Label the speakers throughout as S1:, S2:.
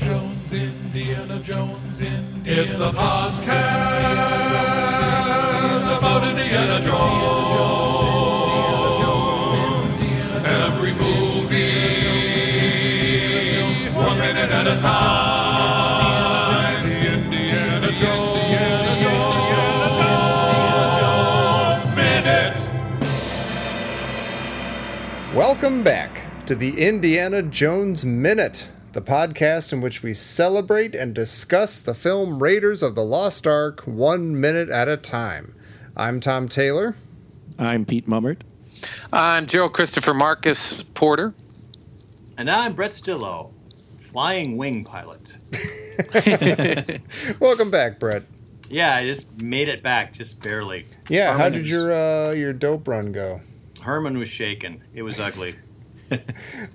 S1: Jones, Indiana Jones, Indiana It's a podcast about Indiana Jones. Every movie, one minute at a time. The Indiana Jones Minute.
S2: Welcome back to the Indiana Jones Minute, the podcast in which we celebrate and discuss the film Raiders of the Lost Ark one minute at a time. I'm Tom Taylor.
S3: I'm Pete Mummert.
S4: I'm Joe Christopher Marcus Porter.
S5: And I'm Brett Stillo, flying wing pilot.
S2: Welcome back, Brett.
S5: Yeah, I just made it back, just barely.
S2: Yeah, how
S5: Herman
S2: did
S5: is-
S2: your uh, your dope run go?
S5: Herman was shaken. It was ugly.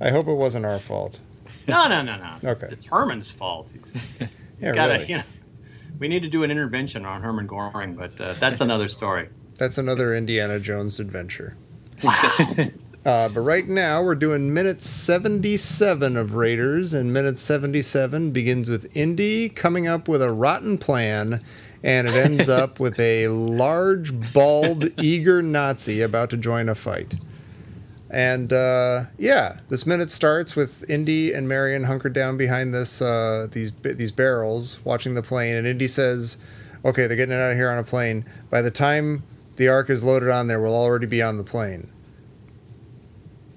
S2: I hope it wasn't our fault.
S5: No, no, no, no.
S2: Okay.
S5: It's Herman's fault. He's, he's
S2: Yeah,
S5: gotta,
S2: really.
S5: you know, we need to do an intervention on Herman Goring, but uh, that's another story.
S2: That's another Indiana Jones adventure. uh, but right now, we're doing minute 77 of Raiders, and minute 77 begins with Indy coming up with a rotten plan, and it ends up with a large, bald, eager Nazi about to join a fight. And uh, yeah, this minute starts with Indy and Marion hunkered down behind this uh, these these barrels, watching the plane. And Indy says, "Okay, they're getting it out of here on a plane. By the time the ark is loaded on there, we'll already be on the plane."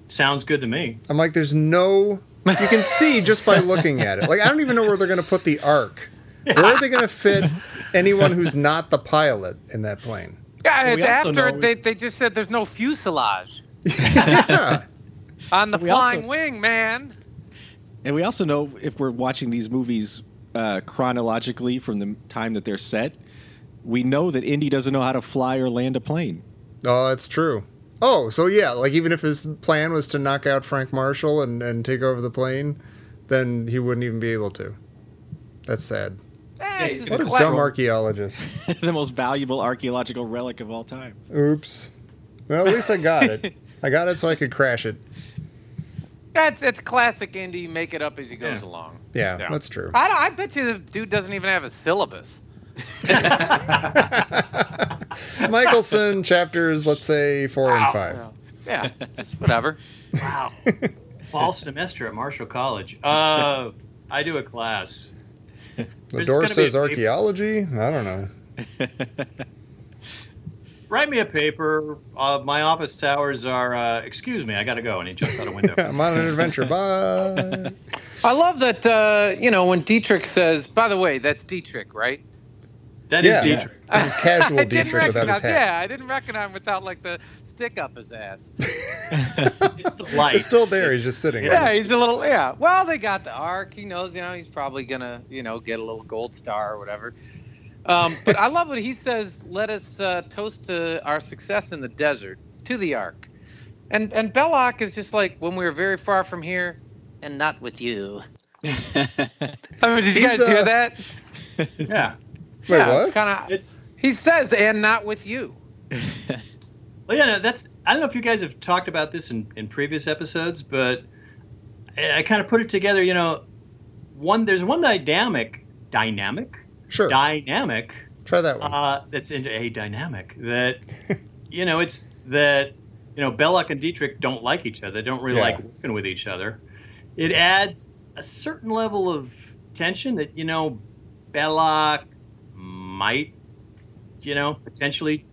S5: Sounds good to me.
S2: I'm like, "There's no." You can see just by looking at it. Like, I don't even know where they're going to put the ark. Where are they going to fit anyone who's not the pilot in that plane?
S4: Yeah,
S3: We
S4: it's
S3: also
S4: after
S3: know-
S4: they, they just said there's no fuselage
S2: Yeah.
S4: on the
S3: We also-
S4: flying wing, man.
S3: And we also know if we're watching these movies uh, chronologically from the time that they're set, we know that Indy doesn't know how to fly or land a plane.
S2: Oh, that's true. Oh, so yeah, like even if his plan was to knock out Frank Marshall and, and take over the plane, then he wouldn't even be able to. That's sad.
S4: Eh, it's just
S2: What a
S4: clever.
S2: dumb archaeologist.
S3: the most valuable archaeological relic of all time.
S2: Oops. Well, at least I got it. I got it so I could crash it.
S4: That's it's classic indie. Make it up as he goes
S5: Yeah.
S4: along.
S2: Yeah,
S4: Yeah.
S2: that's true.
S4: I, don't- I bet you the dude doesn't even have a syllabus.
S2: Michelson chapters, let's say four and
S4: Ow.
S2: five.
S4: Yeah, just whatever.
S5: Wow. Fall semester at Marshall College. Uh, I do a class.
S2: The
S5: There's
S2: door
S5: gonna be a
S2: says
S5: paper-
S2: archaeology. I don't know.
S5: Write me a paper. Uh, my office hours are, uh, excuse me, I got to go. And he jumps out a window.
S2: I'm on an adventure. Bye.
S4: I love that. Uh, you know when Dietrich says, "By the way, that's Dietrich, right?"
S5: That is
S2: Yeah.
S5: Dietrich.
S2: This is casual
S4: I didn't
S2: Dietrich without his
S4: recognize.
S2: hat.
S4: Yeah, I didn't recognize him without like the stick up his ass.
S5: It's the light.
S2: It's still there. He's just sitting.
S4: Yeah, he's a little. Yeah. Well, they got the arc. He knows. You know, he's probably gonna. You know, get a little gold star or whatever. Um, but I love what he says. Let us uh, toast to our success in the desert to the ark. And and Belloc is just like when we were very far from here, and not with you. I mean, did
S2: He's,
S4: you guys
S2: uh,
S4: hear that?
S5: Yeah.
S2: Wait,
S4: yeah,
S2: what?
S4: Kind of.
S5: It's
S4: He says, and not with you.
S5: Well, yeah, no, that's. I don't know if you guys have talked about this in, in previous episodes, but I, I kind of put it together. You know, one there's one dynamic, dynamic,
S2: Sure.
S5: dynamic
S2: Try that one.
S5: uh, that's in a dynamic that you know it's that you know Belloc and Dietrich don't like each other. They don't really
S2: Yeah.
S5: like working with each other. It adds a certain level of tension that you know Belloc might you know potentially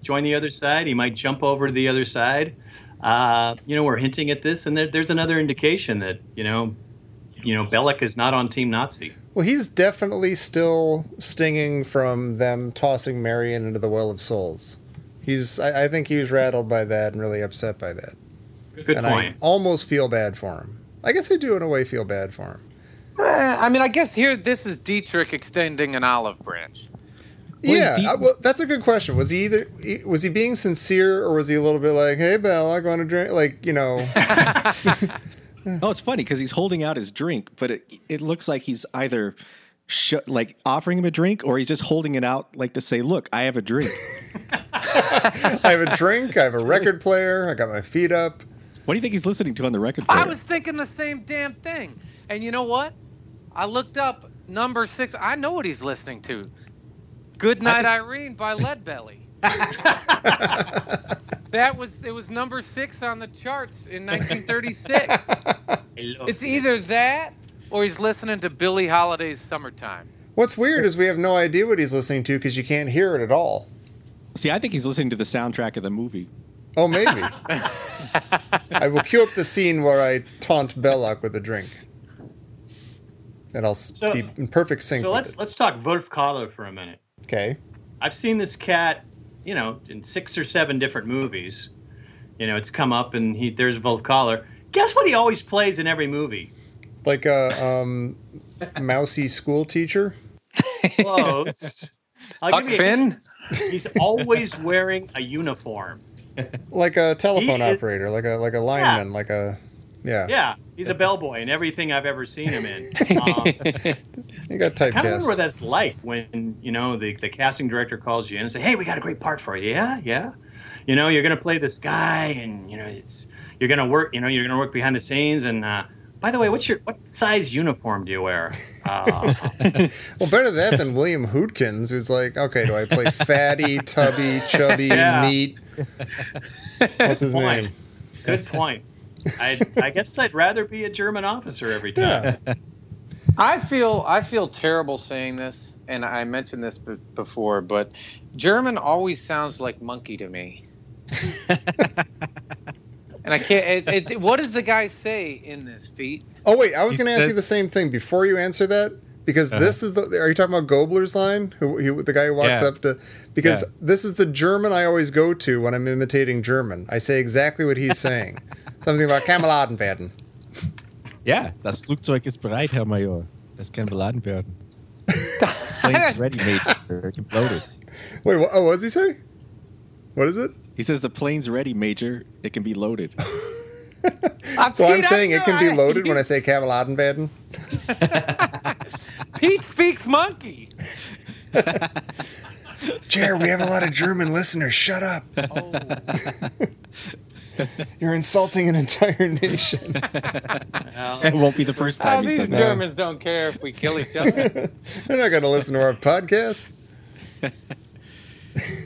S5: join the other side. He might jump over to the other side. Uh, you know we're hinting at this, and there, there's another indication that you know you know Belloc is not on Team Nazi.
S2: Well, he's definitely still stinging from them tossing Marion into the Well of Souls. He's, I, I think he was rattled by that and really upset by that.
S5: Good
S2: and
S5: point.
S2: I almost feel bad for him. I guess I do, in a way, feel bad for him.
S4: Eh, I mean, I guess here this is Dietrich extending an olive branch.
S3: Well, he's
S2: yeah,
S3: deep-
S2: I- well, that's a good question. Was he either was he being sincere or was he a little bit like, "Hey, Belle, I want to drink," like you know?
S3: Oh, it's funny because he's holding out his drink, but it, it looks like he's either sh- like offering him a drink or he's just holding it out like to say, "Look, I have a drink."
S2: I have a drink, I have a record player, I got my feet up.
S3: what do you think he's listening to on the record?
S4: I
S3: player?
S4: was thinking the same damn thing. And you know what? I looked up number six. I know what he's listening to. Good Night Irene by Leadbelly. that was it was number six on the charts in 1936. it's either that or he's listening to Billie Holiday's "Summertime."
S2: What's weird is we have no idea what he's listening to because you can't hear it at all.
S3: See, I think he's listening to the soundtrack of the movie.
S2: Oh, maybe. I will cue up the scene where I taunt Belloc with a drink, and I'll s
S5: So-
S2: be in perfect sync.
S5: So
S2: with
S5: let's
S2: it.
S5: let's talk Wolf Kahler for a minute.
S2: okay.
S5: I've seen this cat, you know, in six or seven different movies. You know, it's come up and he there's Wolf Kahler. Guess what he always plays in every movie?
S2: Like a um, mousy school teacher.
S5: Close. I'll
S4: Huck
S5: you a-
S4: Finn.
S5: He's always wearing a uniform.
S2: like a telephone
S5: He is-
S2: operator, like a like a lineman, like a yeah.
S5: Yeah, he's a bellboy in everything I've ever seen him in. Um,
S2: You got
S5: I kind of wonder what
S2: typecast.
S5: that's like when you know the, the casting director calls you in and say, "Hey, we got a great part for you." Yeah, yeah. You know, you're gonna play this guy, and you know it's you're gonna work. You know, you're gonna work behind the scenes. And uh, by the way, what's your what size uniform do you wear? Uh,
S2: Well, better that than William Hootkins, who's like, okay, do I play fatty, tubby, chubby,
S5: Yeah.
S2: neat? What's his
S5: Why?
S2: name?
S5: good point. I I guess I'd rather be a German officer every time.
S2: Yeah.
S4: I feel I feel terrible saying this, and I mentioned this b- before, but German always sounds like monkey to me. and I can't. It, it, what does the guy say in this, Pete?
S2: Oh wait, I was
S6: He
S2: going to ask you
S6: says-
S2: the same thing before you answer that because this is the. Are you talking about Gobler's line? Who, who the guy who walks
S6: Yeah.
S2: up to? Because
S6: Yeah.
S2: this is the German I always go to when I'm imitating German. I say exactly what he's saying. Something about Kameladen werden.
S6: Ja, das Flugzeug ist bereit, Herr Major. Es kann beladen werden. Plane's
S4: I
S6: ready, Major. It can load it.
S2: Wait, wha- oh, what does he say? What is it?
S3: He says the plane's ready, Major. It can be loaded.
S2: So I'm
S4: Pete, I
S2: saying it
S4: feel
S2: can be
S4: I-
S2: loaded when I say Kameladenbaden.
S4: Pete speaks monkey.
S2: Jer, we have a lot of German listeners. Shut up.
S4: Oh,
S2: You're insulting an entire nation.
S5: Well,
S3: it won't be the first time
S2: Ah,
S3: he
S4: Oh, these
S3: says that.
S4: Germans don't care if we kill each other.
S2: They're not going to listen to our podcast.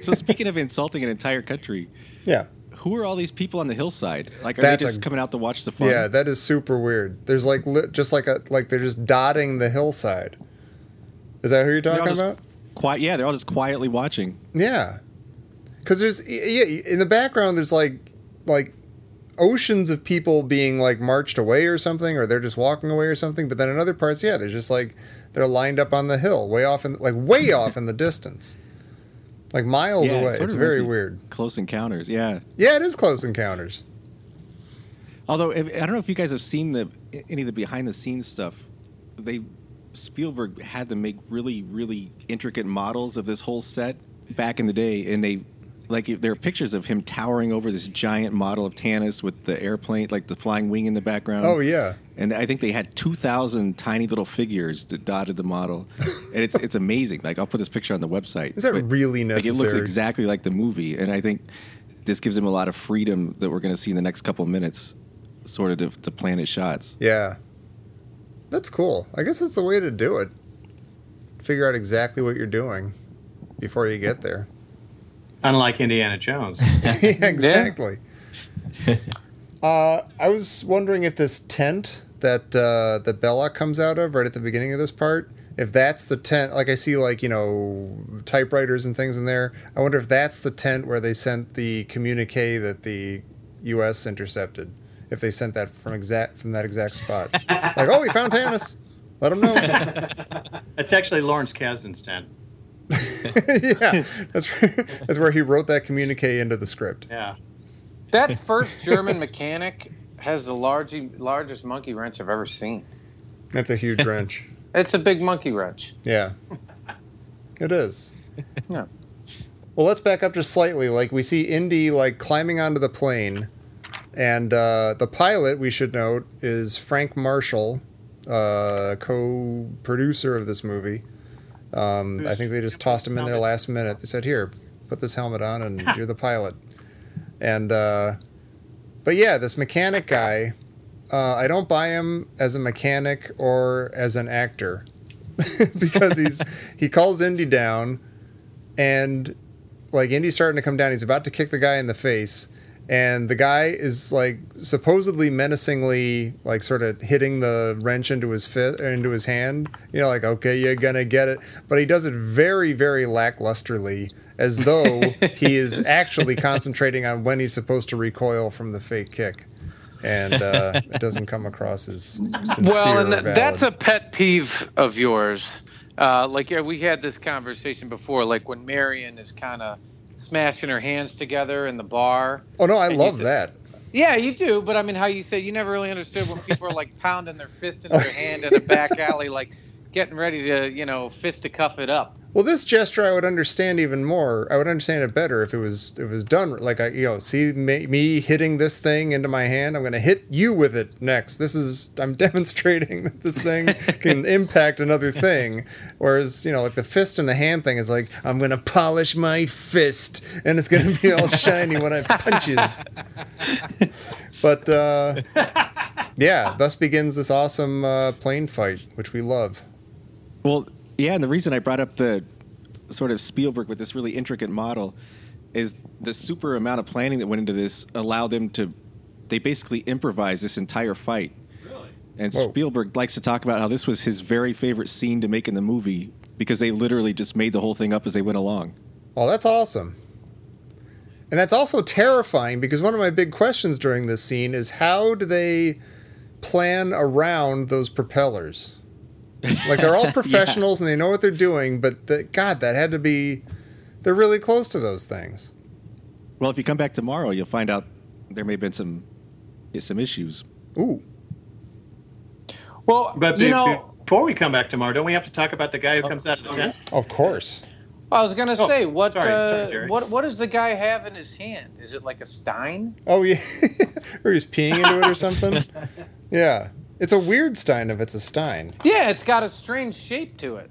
S3: So speaking of insulting an entire country,
S2: Yeah.
S3: who are all these people on the hillside? Like, are
S2: That's
S3: they just
S2: a-
S3: coming out to watch the fun?
S2: Yeah, that is super weird. There's like li- just like a like they're just dotting the hillside. Is that who you're
S3: They're all
S2: talking
S3: just-
S2: about?
S3: Qui- yeah, they're all just quietly watching.
S2: Yeah. Cuz there's y- yeah, in the background there's like like oceans of people being like marched away or something or they're just walking away or something, but then in other parts yeah, they're just like they're lined up on the hill, way off in like way off in the distance. Like miles
S3: Yeah, it
S2: away.
S3: sort
S2: It's
S3: of
S2: very
S3: reminds me-
S2: weird.
S3: Close encounters, yeah.
S2: Yeah, it is close encounters.
S3: Although if, I don't know if you guys have seen the any of the behind the scenes stuff. They Spielberg had them make really really intricate models of this whole set back in the day, and they like there are pictures of him towering over this giant model of Tanis with the airplane, like the flying wing in the background.
S2: Oh yeah.
S3: And I think they had two thousand tiny little figures that dotted the model, and it's it's amazing. Like I'll put this picture on the website.
S2: Is that
S3: But-
S2: really
S3: like
S2: necessary?
S3: it looks exactly like the movie, and I think this gives him a lot of freedom that we're going to see in the next couple of minutes, sort of to, to plan his shots.
S2: Yeah. That's cool. I guess that's the way to do it. Figure out exactly what you're doing before you get there.
S5: unlike Indiana Jones.
S2: yeah, exactly. uh, I was wondering if this tent that uh, the Bella comes out of right at the beginning of this part, if that's the tent. Like I see, like you know, typewriters and things in there. I wonder if that's the tent where they sent the communique that the U.S. intercepted. If they sent that from exact from that exact spot, like oh, we found Tanis. Let them know.
S5: That's actually Lawrence Kasdan's tent.
S2: yeah, that's where, that's where he wrote that communique into the script.
S5: Yeah.
S4: That first German mechanic has the large, largest monkey wrench I've ever seen.
S2: That's a huge wrench.
S4: It's a big monkey wrench.
S2: Yeah. it is.
S4: Yeah.
S2: Well, let's back up just slightly. Like we see Indy like climbing onto the plane, and uh, the pilot we should note is Frank Marshall, uh, co-producer of this movie. Um, I think they just tossed him in there last minute. They said, "Here, put this helmet on, and you're the pilot." And uh, but yeah, this mechanic guy Uh, I don't buy him as a mechanic or as an actor because he's he calls Indy down, and like Indy's starting to come down. He's about to kick the guy in the face, and the guy is like supposedly menacingly like sort of hitting the wrench into his fit into his hand. You know, like okay, you're gonna get it, but he does it very very lacklusterly. As though he is actually concentrating on when he's supposed to recoil from the fake kick and uh, it doesn't come across as sincere
S4: well, and
S2: or
S4: th-
S2: valid.
S4: that's a pet peeve of yours. Uh, like yeah, we had this conversation before, like when Marion is kind of smashing her hands together in the bar.
S2: oh no, I
S4: you
S2: love
S4: said-
S2: that.
S4: Yeah, you do, but I mean, how you said you never really understood when people are like pounding their fist in their hand in a back alley, like getting ready to, you know, fist to cuff it up.
S2: Well, this gesture I would understand even more. I would understand it better if it was it was done like I you know see me, me hitting this thing into my hand. I'm going to hit you with it next. This is I'm demonstrating that this thing can impact another thing. Whereas you know like the fist and the hand thing is like I'm going to polish my fist and it's going to be all shiny when I punches. But uh, yeah, thus begins this awesome uh, plane fight, which we love.
S3: Well, yeah, and the reason I brought up the sort of Spielberg with this really intricate model is the super amount of planning that went into this allowed them to they basically improvised this entire fight. And
S2: Whoa.
S3: Spielberg likes to talk about how this was his very favorite scene to make in the movie because they literally just made the whole thing up as they went along.
S2: Oh, that's awesome. And that's also terrifying because one of my big questions during this scene is how do they plan around those propellers? Like they're all professionals and they know what they're doing, but the, God, that had to be. They're really close to those things.
S3: Well, if you come back tomorrow, you'll find out there may have been some some issues.
S2: Ooh.
S4: Well,
S5: But
S4: you
S5: be-
S4: know, Oh,
S5: before we come back tomorrow, don't we have to talk about the guy who comes out of the tent?
S2: Of course.
S4: I was gonna
S5: Oh,
S4: say, what,
S5: sorry, sorry,
S4: uh,
S5: Jerry.
S4: what, what does the guy have in his hand? Is it like a stein?
S2: Oh, yeah. or he's peeing into it or something. Yeah. It's a weird Stein if it's a Stein.
S4: Yeah, it's got a strange shape to it.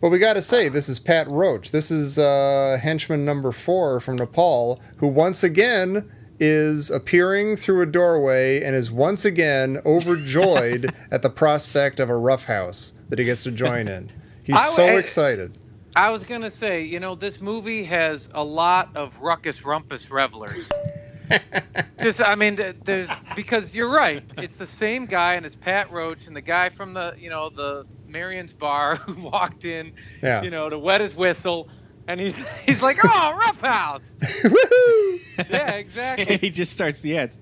S2: But we got to say, this is Pat Roach. This is uh, henchman number four from Nepal, who once again is appearing through a doorway and is once again overjoyed at the prospect of a roughhouse that he gets to join in. He's
S4: I-
S2: so
S4: I-
S2: excited.
S4: I was gonna say, you know, this movie has a lot of ruckus, rumpus revelers. Just, I mean, th- there's because you're right. It's the same guy, and it's Pat Roach, and the guy from the, you know, the Marion's bar who walked in,
S2: Yeah.
S4: you know, to wet his whistle, and he's he's like, oh, roughhouse.
S2: Woohoo!
S4: Yeah, exactly.
S3: he just starts, yeah, it's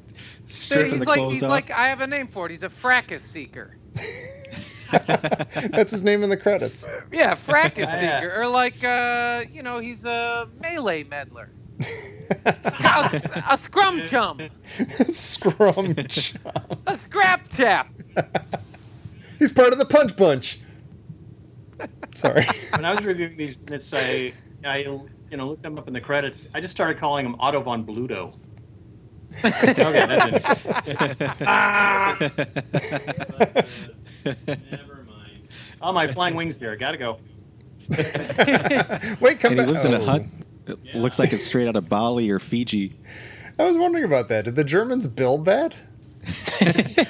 S4: So
S3: stripping
S4: he's
S3: the
S4: like,
S3: clothes
S4: he's
S3: off.
S4: like, I have a name for it. He's a fracas seeker.
S2: That's his name in the credits.
S4: Yeah, fracas
S5: Yeah.
S4: seeker, or like, uh, you know, he's a melee meddler, a, s- a scrum chum,
S2: Scrum.
S4: a scrap chap.
S2: He's part of the Punch Bunch. Sorry.
S5: when I was reviewing these minutes, I, I, you know, looked them up in the credits. I just started calling him Otto von Bluto. okay, that didn't. Ah! Never mind. Oh, my flying wings here. Gotta go.
S2: Wait, come
S3: and he
S2: back.
S3: lives in a
S2: Oh.
S3: hut. It looks like it's straight out of Bali or Fiji.
S2: I was wondering about that. Did the Germans build that?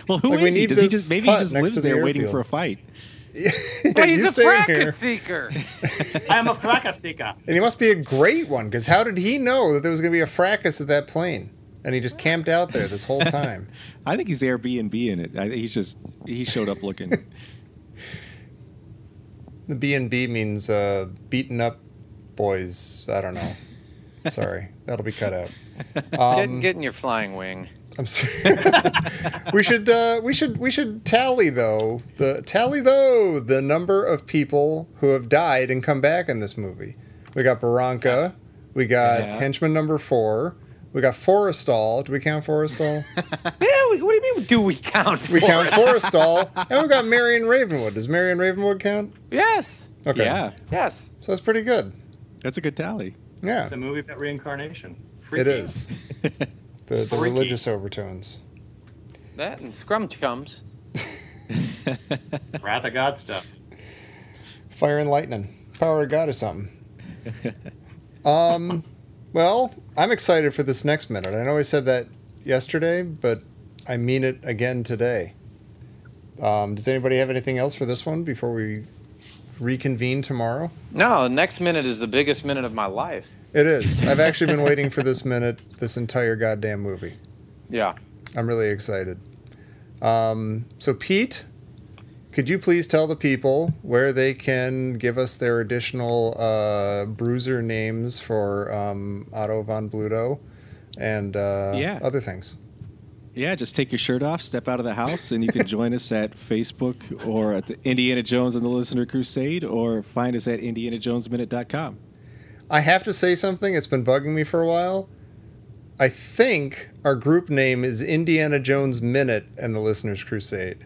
S3: Well, who is
S2: Like, we
S3: he?
S2: need
S3: Does he
S2: this
S3: just maybe he
S2: hut
S3: just
S2: next
S3: lives
S2: to the
S3: there waiting
S2: airfield.
S3: for a fight?
S4: But he's
S2: You
S4: a
S2: stay here.
S4: fracas seeker.
S5: I am a fracas seeker.
S2: And he must be a great one, because how did he know that there was going to be a fracas at that plane? And he just camped out there this whole time.
S3: I think he's Airbnb in it. I, he's just he showed up looking.
S2: the B and B means uh, beaten up boys. I don't know. Sorry, that'll be cut out.
S4: Get, get in your flying wing.
S2: I'm sorry. we should uh, we should we should tally though the tally though the number of people who have died and come back in this movie. We got Barranca, we got
S3: Yeah.
S2: henchman number four, we got Forrestal. Do we count Forrestal?
S4: Yeah, we- what do you mean? Do we count?
S2: We
S4: for
S2: count
S4: it?
S2: Forrestal, and we got Marion Ravenwood. Does Marion Ravenwood count?
S4: Yes,
S2: Okay,
S3: Yeah,
S4: yes.
S2: so that's pretty good.
S3: that's a good tally.
S2: Yeah,
S5: It's a movie about reincarnation.
S2: it
S5: Freaky.
S2: is the the
S5: Freaky.
S2: religious overtones.
S4: That and scrum chums.
S5: Wrath of God stuff.
S2: fire and lightning, power of God or something. um, well, I'm excited for this next minute. I know I said that yesterday, but I mean it again today. Um, does anybody have anything else for this one before we reconvene tomorrow?
S4: No, the next minute is the biggest minute of my life.
S2: It is. I've actually been waiting for this minute, this entire goddamn movie.
S4: Yeah.
S2: I'm really excited. Um, so, Pete, could you please tell the people where they can give us their additional uh, bruiser names for um, Otto von Bluto and uh,
S3: Yeah.
S2: other things?
S3: Yeah, just take your shirt off, step out of the house, and you can join us at Facebook or at the Indiana Jones and the Listener Crusade, or find us at IndianaJonesMinute.com.
S2: I have to say something. It's been bugging me for a while. I think our group name is Indiana Jones Minute and the Listener's Crusade.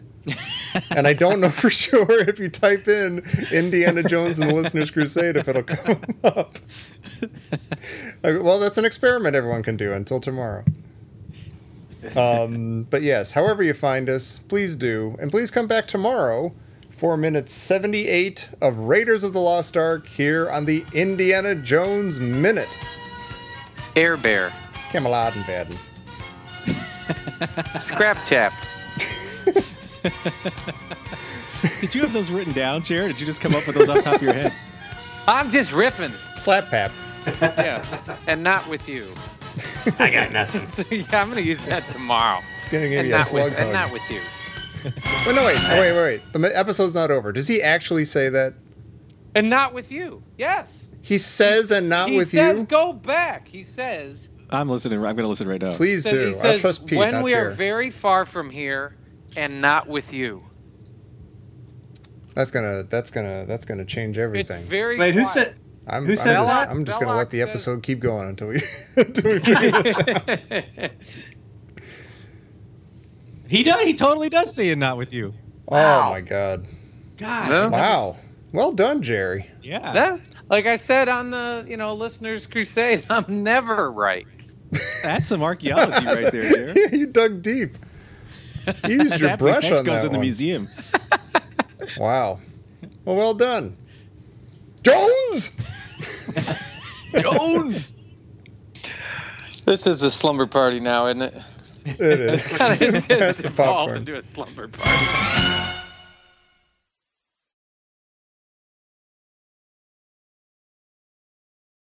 S2: and I don't know for sure if you type in Indiana Jones and the Listener's Crusade if it'll come up. Okay, well, that's an experiment everyone can do until tomorrow. Um, but yes, however you find us, please do. And please come back tomorrow for minute 78 of Raiders of the Lost Ark here on the Indiana Jones Minute.
S4: Air Bear.
S2: Camelot and Baden.
S4: Scrap Chap.
S3: Did you have those written down, Jared? Did you just come up with those off the top of your head?
S4: I'm just riffing.
S2: Slap Pap.
S4: Yeah. and not with you.
S5: I got nothing.
S4: yeah, I'm going to use that tomorrow.
S2: Gonna give
S4: And
S2: you a
S4: not,
S2: slug
S4: with,
S2: hug.
S4: and not with you.
S2: Wait, no, wait, oh, wait, wait, wait. The mi- episode's not over. Does he actually say that?
S4: And not with you. Yes.
S2: He says and not
S4: he
S2: with
S4: says,
S2: you?
S4: go back. He says,
S3: I'm listening. I'm going to listen right now.
S2: Please
S4: says-
S2: do.
S4: he says
S2: I trust Pete.
S4: when
S2: not
S4: we are
S2: Jared.
S4: very far from here and not with you.
S2: that's gonna that's gonna that's gonna change everything.
S4: It's very
S5: Wait, who
S4: quiet.
S5: said?
S2: I'm,
S5: who
S2: I'm
S5: said
S2: just,
S5: that?
S2: I'm just gonna
S4: Belloc
S2: let the
S4: says-
S2: episode keep going until we until we figure this out.
S6: He does. He totally does say it not with you.
S2: Oh my god.
S6: God.
S4: No?
S2: Wow. Well done, Jerry.
S6: Yeah.
S4: Yeah. Like I said on the, you know, listeners crusade, I'm never right.
S6: that's some archaeology right there, Jared.
S2: you dug deep. You used your
S6: That
S2: brush
S6: next
S2: on
S6: goes
S2: that
S6: in the
S2: one.
S6: museum.
S2: Wow. Well, well done. Jones!
S6: Jones.
S4: This is a slumber party now, isn't it?
S2: It is.
S4: it just
S2: Pass the
S4: evolved
S2: popcorn.
S4: into a slumber party.